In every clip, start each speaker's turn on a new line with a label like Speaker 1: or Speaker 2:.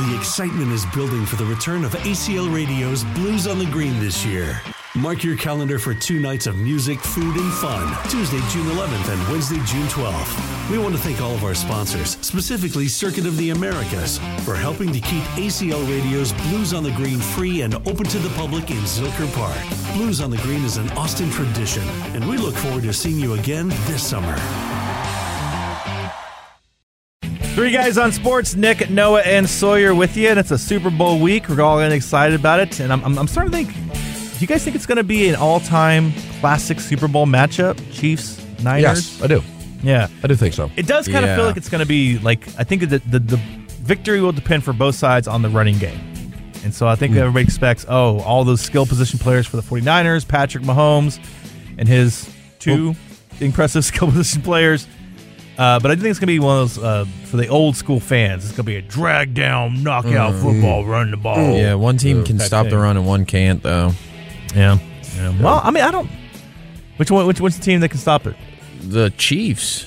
Speaker 1: The excitement is building for the return of ACL Radio's Blues on the Green this year. Mark your calendar for two nights of music, food, and fun, Tuesday, June 11th and Wednesday, June 12th. We want to thank all of our sponsors, specifically Circuit of the Americas, for helping to keep ACL Radio's Blues on the Green free and open to the public in Zilker Park. Blues on the Green is an Austin tradition, and we look forward to seeing you again this summer.
Speaker 2: Three guys on sports, Nick, Noah, and Sawyer with you, and it's a Super Bowl week. We're all getting excited about it, and I'm, I'm, I'm starting to think. Do you guys think it's going to be an all-time classic Super Bowl matchup? Chiefs, Niners.
Speaker 3: Yes, I do.
Speaker 2: Yeah,
Speaker 3: I do think so.
Speaker 2: it does kind of feel
Speaker 4: Yeah.
Speaker 2: like it's going to be like I think that the, the victory will depend for both sides on the running game, and so I think
Speaker 4: Hmm.
Speaker 2: everybody expects oh all those skill position players for the 49ers, Patrick Mahomes, and his two impressive skill position players. Uh, but I do think it's going to be one of those uh, for the old school fans. It's going to be a drag down, knockout football, run the ball.
Speaker 4: Mm. Yeah, one team can stop the
Speaker 2: thing.
Speaker 4: run and one can't though.
Speaker 2: yeah, yeah. Well, I mean, I don't. Which one? Which one's the team that can stop it?
Speaker 4: The Chiefs.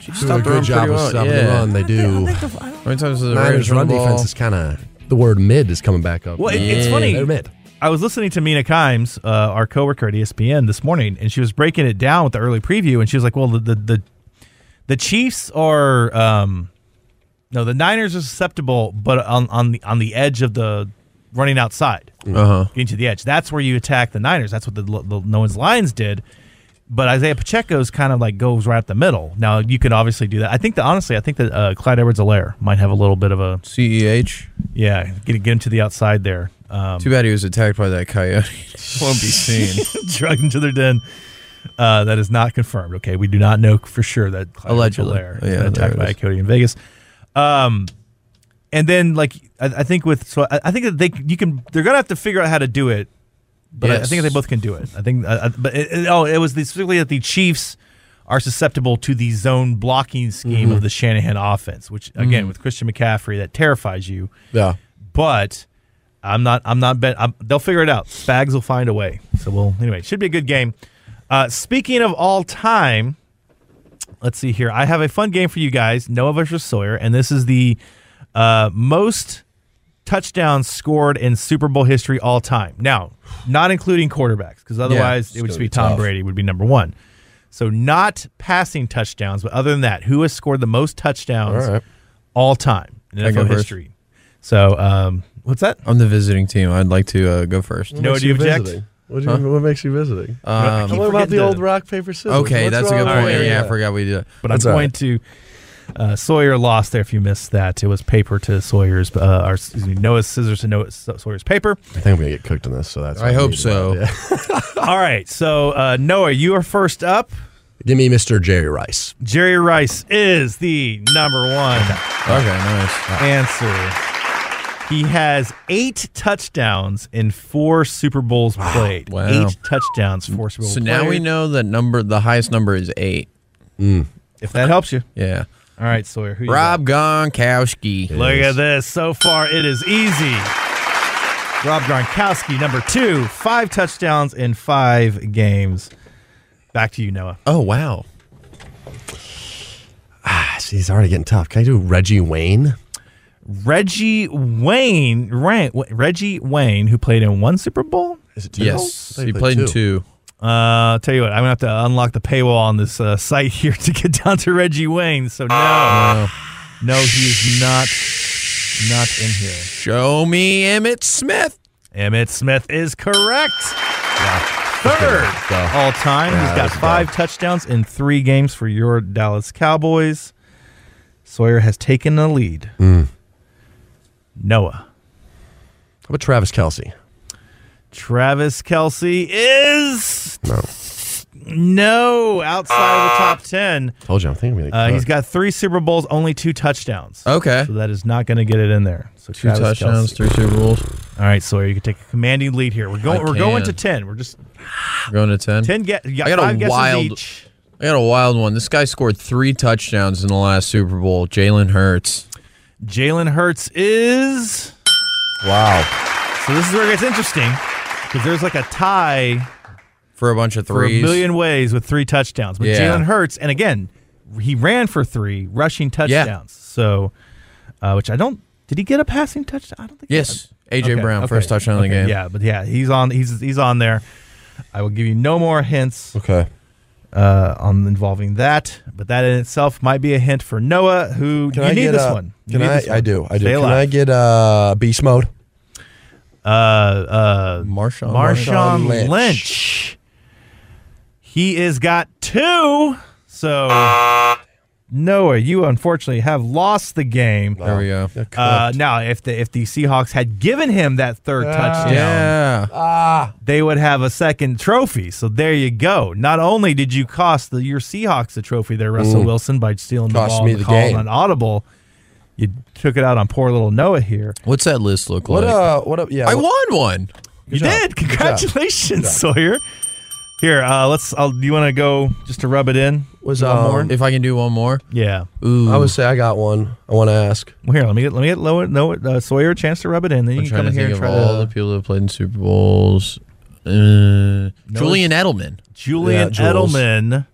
Speaker 4: Chiefs
Speaker 3: Do a
Speaker 4: stop the
Speaker 3: good
Speaker 4: run
Speaker 3: job
Speaker 4: pretty
Speaker 3: of
Speaker 4: well,
Speaker 3: stopping
Speaker 4: yeah.
Speaker 3: the run. They do.
Speaker 4: How many times does the
Speaker 3: Niners
Speaker 4: Raiders run
Speaker 3: run
Speaker 4: the ball?
Speaker 3: defense is kind of the word mid is coming back up.
Speaker 2: Well, it- it's
Speaker 4: Yeah.
Speaker 2: funny.
Speaker 3: They're mid.
Speaker 2: I was listening to Mina Kimes, uh, our coworker at ESPN, this morning, and she was breaking it down with the early preview, and she was like, "Well, the the the, the Chiefs are um, no, the Niners are susceptible, but on on the on the edge of the running outside,
Speaker 4: Uh huh.
Speaker 2: getting to the edge. That's where you attack the Niners. That's what the, the no one's Lions did." But Isaiah Pacheco's kind of like goes right up the middle. Now you can obviously do that. I think that honestly, I think that uh, Clyde Edwards-Alaire might have a little bit of a
Speaker 4: Ceh.
Speaker 2: yeah, get get him to the outside there. Um,
Speaker 4: Too bad he was attacked by that coyote. Won't be seen.
Speaker 2: dragged into their den. Uh, that is not confirmed. Okay, we do not know for sure that Clyde
Speaker 4: Allegedly.
Speaker 2: Edwards-Helaire
Speaker 4: Yeah,
Speaker 2: has been attacked
Speaker 4: there it
Speaker 2: by a
Speaker 4: is.
Speaker 2: coyote in Vegas. Um, and then like I, I think with so I, I think that they you can they're gonna have to figure out how to do it. But I, I think
Speaker 4: Yes.
Speaker 2: they both can do it. I think. Uh, uh, but it, it- oh, it was the, specifically that the Chiefs are susceptible to the zone blocking scheme
Speaker 4: Mm-hmm.
Speaker 2: of the Shanahan offense, which again with Christian McCaffrey that terrifies you.
Speaker 3: Yeah.
Speaker 2: But I'm not. I'm not bet. I'm, they'll figure it out. Spags will find a way. So we'll anyway. It should be a good game. Uh, speaking of all time, let's see here. I have a fun game for you guys. Noah versus Sawyer, and this is the uh, most touchdowns scored in Super Bowl history all time. Now, not including quarterbacks, because otherwise
Speaker 4: it's
Speaker 2: it would
Speaker 4: gonna
Speaker 2: just
Speaker 4: be
Speaker 2: be Tom
Speaker 4: tough.
Speaker 2: Brady would be number one. So not passing touchdowns, but other than that, who has scored the most touchdowns
Speaker 3: All right.
Speaker 2: all time in
Speaker 4: I go
Speaker 2: NFL
Speaker 4: first?
Speaker 2: history? So um, what's that?
Speaker 4: I'm the visiting team. I'd like to uh, go first.
Speaker 2: No, do you object?
Speaker 3: What, do you, what makes you visiting?
Speaker 2: keep
Speaker 4: Um,
Speaker 3: what about
Speaker 2: forgetting
Speaker 3: the
Speaker 2: to-
Speaker 3: old rock paper scissors?
Speaker 4: okay,
Speaker 3: What's
Speaker 4: that's a good
Speaker 3: wrong
Speaker 4: point.
Speaker 3: with
Speaker 4: Yeah,
Speaker 3: that?
Speaker 4: I forgot we did. that.
Speaker 2: But I'm
Speaker 3: That's all
Speaker 2: going
Speaker 3: right.
Speaker 2: to uh, Sawyer lost there. If you missed that, it was paper to Sawyer's. Uh, or excuse me, Noah's scissors to Noah's Sawyer's paper.
Speaker 3: I think I'm gonna get cooked in this, so that's.
Speaker 4: I
Speaker 3: why
Speaker 4: hope
Speaker 3: need to-
Speaker 4: so.
Speaker 3: Yeah.
Speaker 2: All right, so uh, Noah, you are first up.
Speaker 3: Give me Mr. Jerry Rice.
Speaker 2: Jerry Rice is the number one
Speaker 4: Okay, nice.
Speaker 2: answer. He has eight touchdowns in four Super Bowls played.
Speaker 4: Wow.
Speaker 2: Eight touchdowns, four Super Bowls
Speaker 4: So now
Speaker 2: played,
Speaker 4: we know that number. The highest number is eight.
Speaker 2: If that helps you.
Speaker 4: Yeah.
Speaker 2: All right, Sawyer. Who you got?
Speaker 4: Rob Gronkowski.
Speaker 2: Look at this. So far, it is easy. Rob Gronkowski, number two, five touchdowns in five games. Back to you, Noah.
Speaker 4: Oh wow.
Speaker 3: Ah, see, he's already getting tough. Can I do Reggie Wayne?
Speaker 2: Reggie Wayne, Ran- Reggie Wayne, who played in one Super Bowl.
Speaker 3: Is it two
Speaker 4: Yes,
Speaker 3: goals?
Speaker 4: he played in two.
Speaker 2: Uh, tell you what, I'm gonna have to unlock the paywall on this uh, site here to get down to Reggie Wayne. So no, no, he is not, not in here.
Speaker 4: Show me Emmett Smith.
Speaker 2: Emmett Smith is correct. Third
Speaker 3: Duh.
Speaker 2: all time.
Speaker 3: Yeah,
Speaker 2: He's
Speaker 3: that
Speaker 2: got
Speaker 3: was
Speaker 2: five touchdowns in three games for your Dallas Cowboys. Sawyer has taken the lead.
Speaker 4: Hmm.
Speaker 2: Noah.
Speaker 3: How about Travis Kelsey?
Speaker 2: Travis Kelsey is
Speaker 3: No,
Speaker 2: no outside the
Speaker 4: Ah.
Speaker 2: top 10.
Speaker 3: told you. I think I'm gonna. Get
Speaker 2: Uh,
Speaker 3: cooked.
Speaker 2: he's got three Super Bowls, only two touchdowns.
Speaker 4: Okay.
Speaker 2: So that is not going to get it in there. So
Speaker 4: Two touchdowns, three Super Bowls.
Speaker 2: All right, Sawyer, you can take a commanding lead here. We're going. We're going to
Speaker 4: can.
Speaker 2: ten. We're just
Speaker 4: We're Going to ten.
Speaker 2: ten. Get.
Speaker 4: I got a
Speaker 2: five guesses
Speaker 4: wild-
Speaker 2: each.
Speaker 4: I got a wild one. This guy scored three touchdowns in the last Super Bowl. Jalen Hurts.
Speaker 2: Jalen Hurts is.
Speaker 3: wow.
Speaker 2: So this is where it gets interesting because there's like a tie
Speaker 4: For a bunch of
Speaker 2: for
Speaker 4: threes.
Speaker 2: a million ways with three touchdowns. But
Speaker 4: Yeah.
Speaker 2: Jalen Hurts, and again, he ran for three rushing touchdowns. So, uh, which I don't. Did he get a passing touchdown? I don't think. he
Speaker 4: Yes, AJ
Speaker 2: Okay,
Speaker 4: Brown, first
Speaker 2: okay,
Speaker 4: touchdown of the
Speaker 2: okay,
Speaker 4: game.
Speaker 2: Yeah, but yeah, he's on. He's he's on there. I will give you no more hints
Speaker 3: Okay.
Speaker 2: uh, on involving that, but that in itself might be a hint for Noah. Who
Speaker 3: Can
Speaker 2: you
Speaker 3: I
Speaker 2: need
Speaker 3: get
Speaker 2: this
Speaker 3: uh,
Speaker 2: one? You
Speaker 3: Can
Speaker 2: need
Speaker 3: I?
Speaker 2: this
Speaker 3: I
Speaker 2: one.
Speaker 3: do. I do.
Speaker 2: Stay
Speaker 3: Can I
Speaker 2: alive.
Speaker 3: get uh, beast mode?
Speaker 2: uh, uh,
Speaker 4: Marshawn.
Speaker 2: Marshawn
Speaker 3: Marshawn
Speaker 2: Lynch.
Speaker 3: Oh Lynch.
Speaker 2: He has got two. So Noah, you unfortunately have lost the game.
Speaker 4: There we go.
Speaker 2: Uh, now, if the if the Seahawks had given him that third touchdown,
Speaker 4: Yeah.
Speaker 3: Ah,
Speaker 2: they would have a second trophy. So there you go. Not only did you cost the, your Seahawks the trophy there, Russell Wilson, by stealing the
Speaker 3: Cost
Speaker 2: ball
Speaker 3: me
Speaker 2: and
Speaker 3: the
Speaker 2: calling
Speaker 3: game.
Speaker 2: an audible, you took it out on poor little Noah here.
Speaker 4: What's that list look
Speaker 3: what
Speaker 4: like?
Speaker 3: uh? What up? Yeah.
Speaker 4: I
Speaker 3: what-
Speaker 4: won one.
Speaker 2: you
Speaker 3: job.
Speaker 2: did.
Speaker 3: Good job.
Speaker 2: Congratulations, Sawyer. Here, uh, let's. I'll, do you want to go just to rub it in?
Speaker 3: was
Speaker 4: One
Speaker 3: um,
Speaker 4: more. If I can do one more.
Speaker 2: Yeah.
Speaker 4: Ooh.
Speaker 3: I would say I got one. I want to ask.
Speaker 2: Well, here, let me get let me get Lo- Noah, uh, Sawyer a chance to rub it in. Then you
Speaker 4: I'm
Speaker 2: can
Speaker 4: trying
Speaker 2: come
Speaker 4: to
Speaker 2: in here
Speaker 4: think
Speaker 2: and
Speaker 4: of
Speaker 2: try
Speaker 4: all
Speaker 2: to.
Speaker 4: the people that played in Super Bowls. Uh, Julian Edelman.
Speaker 2: Julian
Speaker 3: Yeah, Jules.
Speaker 2: Edelman,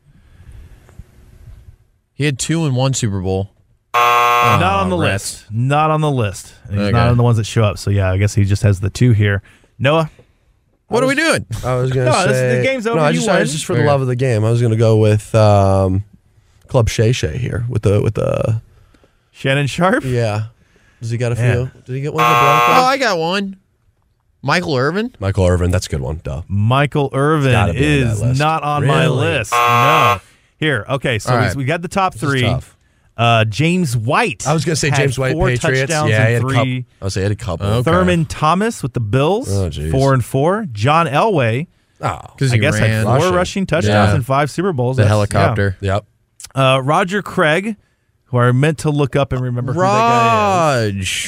Speaker 4: He had two in one Super Bowl.
Speaker 3: Oh,
Speaker 2: not on the
Speaker 4: rest.
Speaker 2: list. Not on the list. And He's not
Speaker 4: Okay.
Speaker 2: on the ones that show up. So yeah, I guess he just has the two here. Noah,
Speaker 4: What are we doing?
Speaker 3: I was gonna
Speaker 2: No,
Speaker 3: say
Speaker 2: this- the game's over,
Speaker 3: No, I
Speaker 2: you
Speaker 3: just, I
Speaker 2: won.
Speaker 3: was just for the
Speaker 4: Okay.
Speaker 3: love of the game. I was gonna go with um, Club Shay Shay here with the with the
Speaker 2: Shannon Sharp.
Speaker 3: yeah. Ah, Does he got a few?
Speaker 2: Man.
Speaker 3: Did he get one of the Broncos?
Speaker 4: Oh, I got one. Michael Irvin.
Speaker 3: Michael Irvin, that's a good one. Duh.
Speaker 2: Michael
Speaker 3: gotta
Speaker 2: Irvin
Speaker 3: be on that
Speaker 2: is
Speaker 3: list.
Speaker 2: not on my
Speaker 3: Really?
Speaker 2: list. No. Here, okay, so
Speaker 4: All
Speaker 2: we-
Speaker 4: right.
Speaker 2: we, got the top
Speaker 3: is
Speaker 2: three.
Speaker 3: tough.
Speaker 2: Uh, James White.
Speaker 3: I was gonna say
Speaker 2: had
Speaker 3: James White,
Speaker 2: four
Speaker 3: Patriots.
Speaker 2: Touchdowns
Speaker 3: yeah,
Speaker 2: and
Speaker 3: he had a
Speaker 2: three.
Speaker 3: couple. I was say he had a couple.
Speaker 4: Okay.
Speaker 2: Thurman Thomas with the Bills,
Speaker 3: Oh,
Speaker 2: four
Speaker 3: geez.
Speaker 2: and four. John Elway,
Speaker 3: Oh,
Speaker 4: Because
Speaker 2: I
Speaker 4: he
Speaker 2: guess, had
Speaker 4: ran
Speaker 2: four
Speaker 3: Rushing.
Speaker 2: rushing touchdowns
Speaker 4: Yeah.
Speaker 2: and five Super Bowls.
Speaker 4: the
Speaker 2: That's-
Speaker 4: helicopter.
Speaker 3: yep.
Speaker 2: yeah. Uh, Roger Craig, who I meant to look up and remember
Speaker 4: Raj.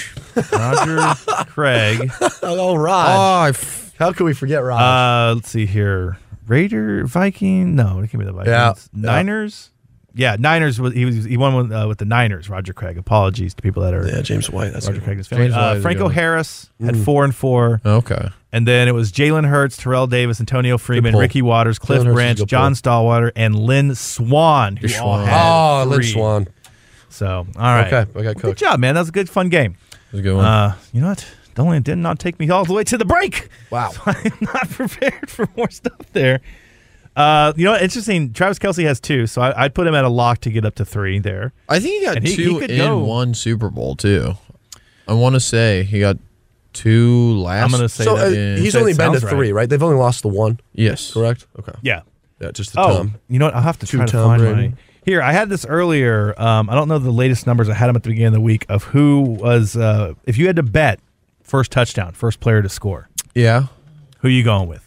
Speaker 2: who that guy is. Roger Craig.
Speaker 3: Oh,
Speaker 4: Oh,
Speaker 3: Rod.
Speaker 4: I f-
Speaker 3: How could we forget Rod?
Speaker 2: Uh, let's see here. Raider, Viking. No, it can be the Vikings.
Speaker 3: Yeah, yeah.
Speaker 2: Niners. Yeah, Niners. was- He was he won with, uh, with the Niners. Roger Craig. Apologies to people that are
Speaker 3: yeah, James White. That's a
Speaker 2: Roger
Speaker 3: good.
Speaker 2: Craig. and his family.
Speaker 4: James White is a
Speaker 2: Uh,
Speaker 4: good
Speaker 2: Franco
Speaker 4: one.
Speaker 2: Harris had four and four,
Speaker 4: okay.
Speaker 2: and then it was Jalen Hurts, Terrell Davis, Antonio Freeman,
Speaker 3: pull.
Speaker 2: Ricky Waters, Cliff
Speaker 3: Jalen Hurts is a
Speaker 2: Branch,
Speaker 3: good
Speaker 2: John
Speaker 3: pull.
Speaker 2: Stallwater, and Lynn Swan. Who all
Speaker 4: Swan.
Speaker 2: had
Speaker 3: Oh, Lynn
Speaker 2: three.
Speaker 3: Swan.
Speaker 2: So all right,
Speaker 3: Okay, I got
Speaker 2: good
Speaker 3: cooked.
Speaker 2: job, man. That was a good fun game.
Speaker 4: That's a good one.
Speaker 2: Uh, you know what? Don't only did not take me all the way to the break.
Speaker 3: Wow.
Speaker 2: I'm not prepared for more stuff there. Uh, you know, what? interesting. Travis Kelsey has two, so I, I'd put him at a lock to get up to three there.
Speaker 4: I think he got
Speaker 2: and he- he
Speaker 4: two
Speaker 2: could
Speaker 4: in
Speaker 2: go.
Speaker 4: one Super Bowl too. I want to say he got two last.
Speaker 2: I'm gonna say
Speaker 3: So
Speaker 2: that.
Speaker 3: uh,
Speaker 4: Yeah,
Speaker 3: he's
Speaker 2: that
Speaker 3: only been to
Speaker 2: sounds
Speaker 3: three, right? They've only lost the one,
Speaker 4: yes.
Speaker 3: correct? Okay.
Speaker 2: yeah.
Speaker 3: Yeah, just the
Speaker 2: Oh,
Speaker 3: Tom.
Speaker 2: you know what? I'll have to try to
Speaker 3: Tom
Speaker 2: find
Speaker 3: Brady.
Speaker 2: my. Here, I had this earlier. Um, I don't know the latest numbers. I had them at the beginning of the week of who was. Uh, if you had to bet first touchdown, first player to score,
Speaker 4: Yeah.
Speaker 2: who you going with?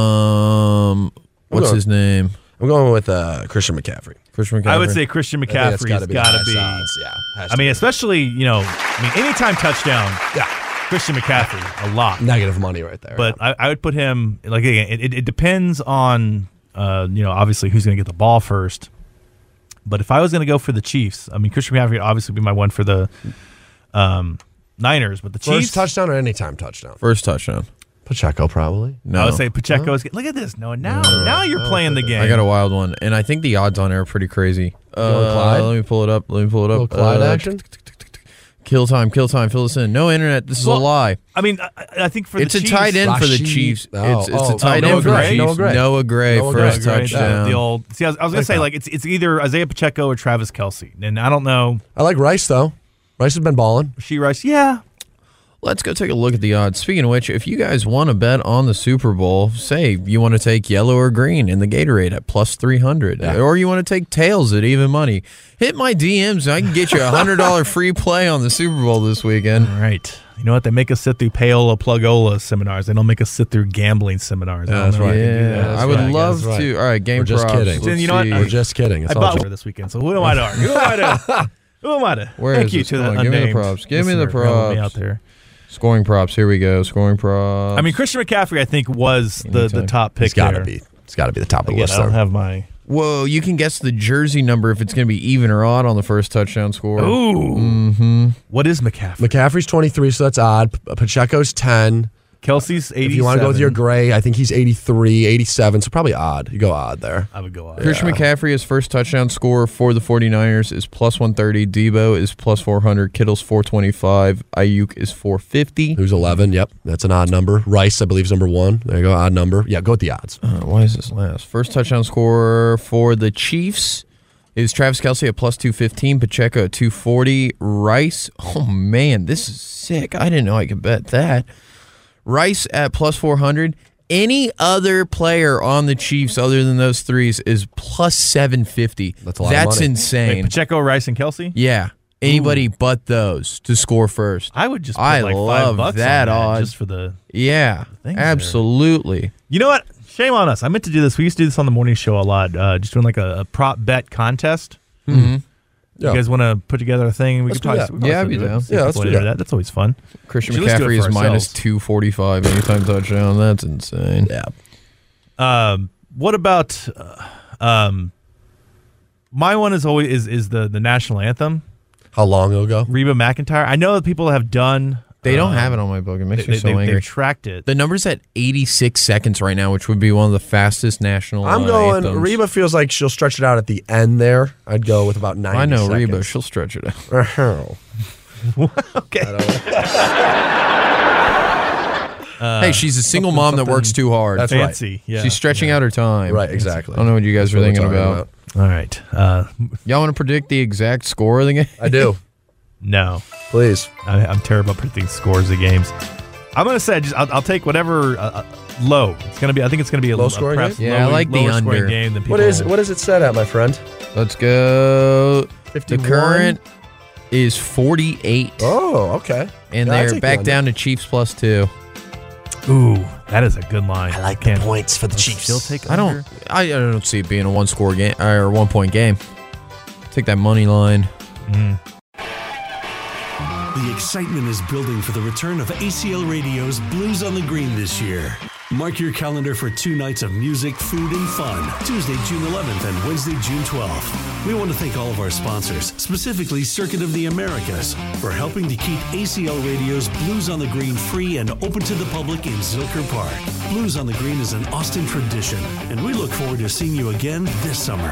Speaker 4: Um. What's
Speaker 3: on.
Speaker 4: his name?
Speaker 3: I'm going with uh, Christian McCaffrey.
Speaker 4: Christian McCaffrey.
Speaker 2: I would say Christian
Speaker 3: I think that's
Speaker 2: McCaffrey's got to
Speaker 3: gotta
Speaker 2: be. Gotta
Speaker 3: the
Speaker 2: be
Speaker 3: highest odds, Yeah. has
Speaker 2: I
Speaker 3: to
Speaker 2: mean,
Speaker 3: be.
Speaker 2: especially you know, I mean, anytime touchdown,
Speaker 3: yeah,
Speaker 2: Christian McCaffrey, a lot.
Speaker 3: negative money right there.
Speaker 2: but I, I would put him like again. It, it, it depends on uh, you know obviously who's going to get the ball first. But if I was going to go for the Chiefs, I mean Christian McCaffrey would obviously be my one for the um, Niners, but the
Speaker 3: first
Speaker 2: Chiefs.
Speaker 3: touchdown or anytime touchdown?
Speaker 4: first touchdown.
Speaker 3: Pacheco probably.
Speaker 4: No.
Speaker 2: I would say Pacheco is. Look at this. No, now now you're playing the game.
Speaker 4: I got a wild one, and I think the odds on it are pretty crazy.
Speaker 3: want
Speaker 4: Uh,
Speaker 3: Clyde?
Speaker 4: Let me pull it up. Let me pull it up.
Speaker 3: Little Clyde
Speaker 4: Uh,
Speaker 3: action.
Speaker 4: Kill time. Kill time. Fill this in. No internet. This is
Speaker 2: Well,
Speaker 4: a lie.
Speaker 2: I mean, I, I- I think for
Speaker 4: It's
Speaker 2: the
Speaker 4: a
Speaker 2: Chiefs,
Speaker 4: tight end for the
Speaker 3: Rashid-
Speaker 4: Chiefs.
Speaker 3: Oh,
Speaker 4: it's it's
Speaker 3: oh,
Speaker 4: a tight
Speaker 2: Noah
Speaker 4: end for the
Speaker 2: Gray,
Speaker 4: Chiefs.
Speaker 3: Noah Gray.
Speaker 4: Noah Gray,
Speaker 3: Noah Gray,
Speaker 4: first
Speaker 2: Right, right,
Speaker 4: touchdown.
Speaker 2: The old. See, I was, I was gonna
Speaker 3: Like
Speaker 2: say
Speaker 3: that.
Speaker 2: like it's it's either Isaiah Pacheco or Travis Kelsey, and I don't know.
Speaker 3: I like Rice though. Rice has been balling.
Speaker 2: She Rice, yeah,
Speaker 4: Let's go take a look at the odds. Speaking of which, if you guys want to bet on the Super Bowl, say you want to take yellow or green in the Gatorade at plus 300, or you want to take tails at even money, hit my DMs and I can get you a $100 free play on the Super Bowl this weekend.
Speaker 2: Right. You know what? They make us sit through payola plugola seminars. They don't make us sit through gambling seminars. I don't
Speaker 3: that's
Speaker 2: know why
Speaker 3: right.
Speaker 2: they do
Speaker 4: Yeah,
Speaker 2: that.
Speaker 3: that's
Speaker 4: I would
Speaker 3: right,
Speaker 4: love
Speaker 3: that's
Speaker 4: to.
Speaker 3: right.
Speaker 4: All right, game
Speaker 3: We're just
Speaker 4: props.
Speaker 3: kidding.
Speaker 4: Let's
Speaker 2: Then you know what?
Speaker 4: see.
Speaker 2: I-
Speaker 3: We're just kidding. It's
Speaker 2: I
Speaker 3: all
Speaker 2: bought
Speaker 3: true.
Speaker 2: one this weekend, so who am I to argue? Who am I to? Who am I to?
Speaker 4: Where
Speaker 2: Thank
Speaker 4: is
Speaker 2: you
Speaker 4: this?
Speaker 2: to
Speaker 4: Come
Speaker 2: the
Speaker 4: on, give me the
Speaker 2: unnamed
Speaker 4: props. Give me the
Speaker 2: listener for helping me
Speaker 4: props.
Speaker 2: out there.
Speaker 4: scoring props. Here we go. Scoring props.
Speaker 2: I mean, Christian McCaffrey, I think, was the, the
Speaker 4: Anytime.
Speaker 2: top pick.
Speaker 3: It's got to
Speaker 2: there.
Speaker 3: be. It's got to be the top of the
Speaker 2: Again,
Speaker 3: list.
Speaker 2: I don't
Speaker 3: There.
Speaker 2: have my.
Speaker 4: whoa, you can guess the jersey number if it's going to be even or odd on the first touchdown score. Mm-hmm.
Speaker 2: Ooh. What is McCaffrey?
Speaker 3: McCaffrey's 23, so that's odd. P- Pacheco's 10.
Speaker 2: Kelsey's 87.
Speaker 3: If you want to go with your gray, I think he's 83, 87, so probably odd. You go odd there.
Speaker 2: I would go out.
Speaker 4: Christian McCaffrey, his first touchdown score for the 49ers is plus 130. Debo is plus 400. Kittle's 425. Ayuk is 450.
Speaker 3: Who's 11? Yep, that's an odd number. Rice, I believe, is number one. There you go, odd number. Yeah, go with the odds.
Speaker 4: Uh, why is this last? First touchdown scorer for the Chiefs is Travis Kelsey at plus 215, Pacheco at 240, Rice. Oh, man, this is sick. I didn't know I could bet that. Rice at plus 400. Any other player on the Chiefs other than those threes is plus 750.
Speaker 3: That's a lot of
Speaker 4: That's
Speaker 3: money.
Speaker 4: insane.
Speaker 2: Wait, Pacheco, Rice, and Kelsey?
Speaker 4: yeah. Anybody but those to score first.
Speaker 2: I would just put
Speaker 4: I
Speaker 2: like
Speaker 4: love
Speaker 2: five bucks
Speaker 4: that
Speaker 2: on
Speaker 4: odds.
Speaker 2: just for the.
Speaker 4: Yeah.
Speaker 2: Things are-
Speaker 4: Absolutely.
Speaker 2: You know what? Shame on us. I meant to do this. We used to do this on the morning show a lot, uh, just doing like a, a prop bet contest.
Speaker 4: Hmm.
Speaker 2: Hmm.
Speaker 3: Yeah.
Speaker 2: You guys want to put together a thing? We
Speaker 3: Let's
Speaker 2: could
Speaker 3: do
Speaker 2: probably,
Speaker 3: that.
Speaker 2: we could
Speaker 4: Yeah,
Speaker 2: also do it.
Speaker 4: I'd be down.
Speaker 2: See if
Speaker 3: Yeah,
Speaker 2: people
Speaker 3: let's
Speaker 2: would
Speaker 3: do
Speaker 2: enter
Speaker 3: that.
Speaker 2: That's always fun.
Speaker 4: Christian
Speaker 2: Should we just do it
Speaker 4: McCaffrey
Speaker 2: for
Speaker 4: is minus
Speaker 2: ourselves?
Speaker 4: 245 anytime touchdown. That's insane.
Speaker 3: Yeah.
Speaker 2: Um, what about uh, um, my one is always is is the the national anthem.
Speaker 3: How long ago?
Speaker 2: Reba McIntyre. I know that people have done.
Speaker 4: They don't
Speaker 2: um,
Speaker 4: have it on my book. It
Speaker 2: They,
Speaker 4: makes
Speaker 2: they,
Speaker 4: me so
Speaker 2: they- they
Speaker 4: angry.
Speaker 2: tracked it.
Speaker 4: the number's at 86 seconds right now, which would be one of the fastest national.
Speaker 3: I'm
Speaker 4: uh,
Speaker 3: going.
Speaker 4: anthems.
Speaker 3: Reba feels like she'll stretch it out at the end there. I'd go with about 90
Speaker 4: I know Reba.
Speaker 3: seconds.
Speaker 4: She'll stretch it out.
Speaker 3: Reba.
Speaker 2: okay. Uh,
Speaker 4: hey, she's a single mom that works too hard.
Speaker 3: That's right.
Speaker 2: Fancy. Yeah.
Speaker 4: She's stretching out her time.
Speaker 3: right, exactly.
Speaker 4: I don't know what you guys were
Speaker 3: That's
Speaker 4: thinking
Speaker 3: what we're
Speaker 4: about.
Speaker 3: talking
Speaker 2: All right. Uh,
Speaker 4: Y'all want to predict the exact score of the game?
Speaker 3: I do.
Speaker 2: no.
Speaker 3: Please.
Speaker 2: I, I'm terrible at predicting scores of games. I'm gonna say just I'll, I'll take whatever uh, uh, low. It's gonna be. I think it's gonna be a
Speaker 3: Low
Speaker 2: a
Speaker 3: scoring
Speaker 2: perhaps
Speaker 4: game? Yeah, I
Speaker 2: low-
Speaker 4: like the
Speaker 2: lower scoring
Speaker 4: under.
Speaker 2: game than people.
Speaker 3: What is what is it set at, my friend?
Speaker 4: Let's go.
Speaker 3: 51?
Speaker 4: The current is 48,
Speaker 3: Oh, okay.
Speaker 4: and
Speaker 3: Yeah, I'd
Speaker 4: they're
Speaker 3: take
Speaker 4: back
Speaker 3: the
Speaker 4: down to Chiefs plus two.
Speaker 2: Ooh, that is a good line.
Speaker 3: I like the
Speaker 2: Can't-
Speaker 3: points for the Chiefs.
Speaker 2: Still take.
Speaker 4: I
Speaker 2: under?
Speaker 4: don't. I, I don't see it being a one score game or one point game. Take that money line.
Speaker 1: The excitement is building for the return of ACL Radio's Blues on the Green this year. Mark your calendar for two nights of music, food, and fun, Tuesday, June 11th and Wednesday, June 12th. We want to thank all of our sponsors, specifically Circuit of the Americas, for helping to keep ACL Radio's Blues on the Green free and open to the public in Zilker Park. Blues on the Green is an Austin tradition, and we look forward to seeing you again this summer.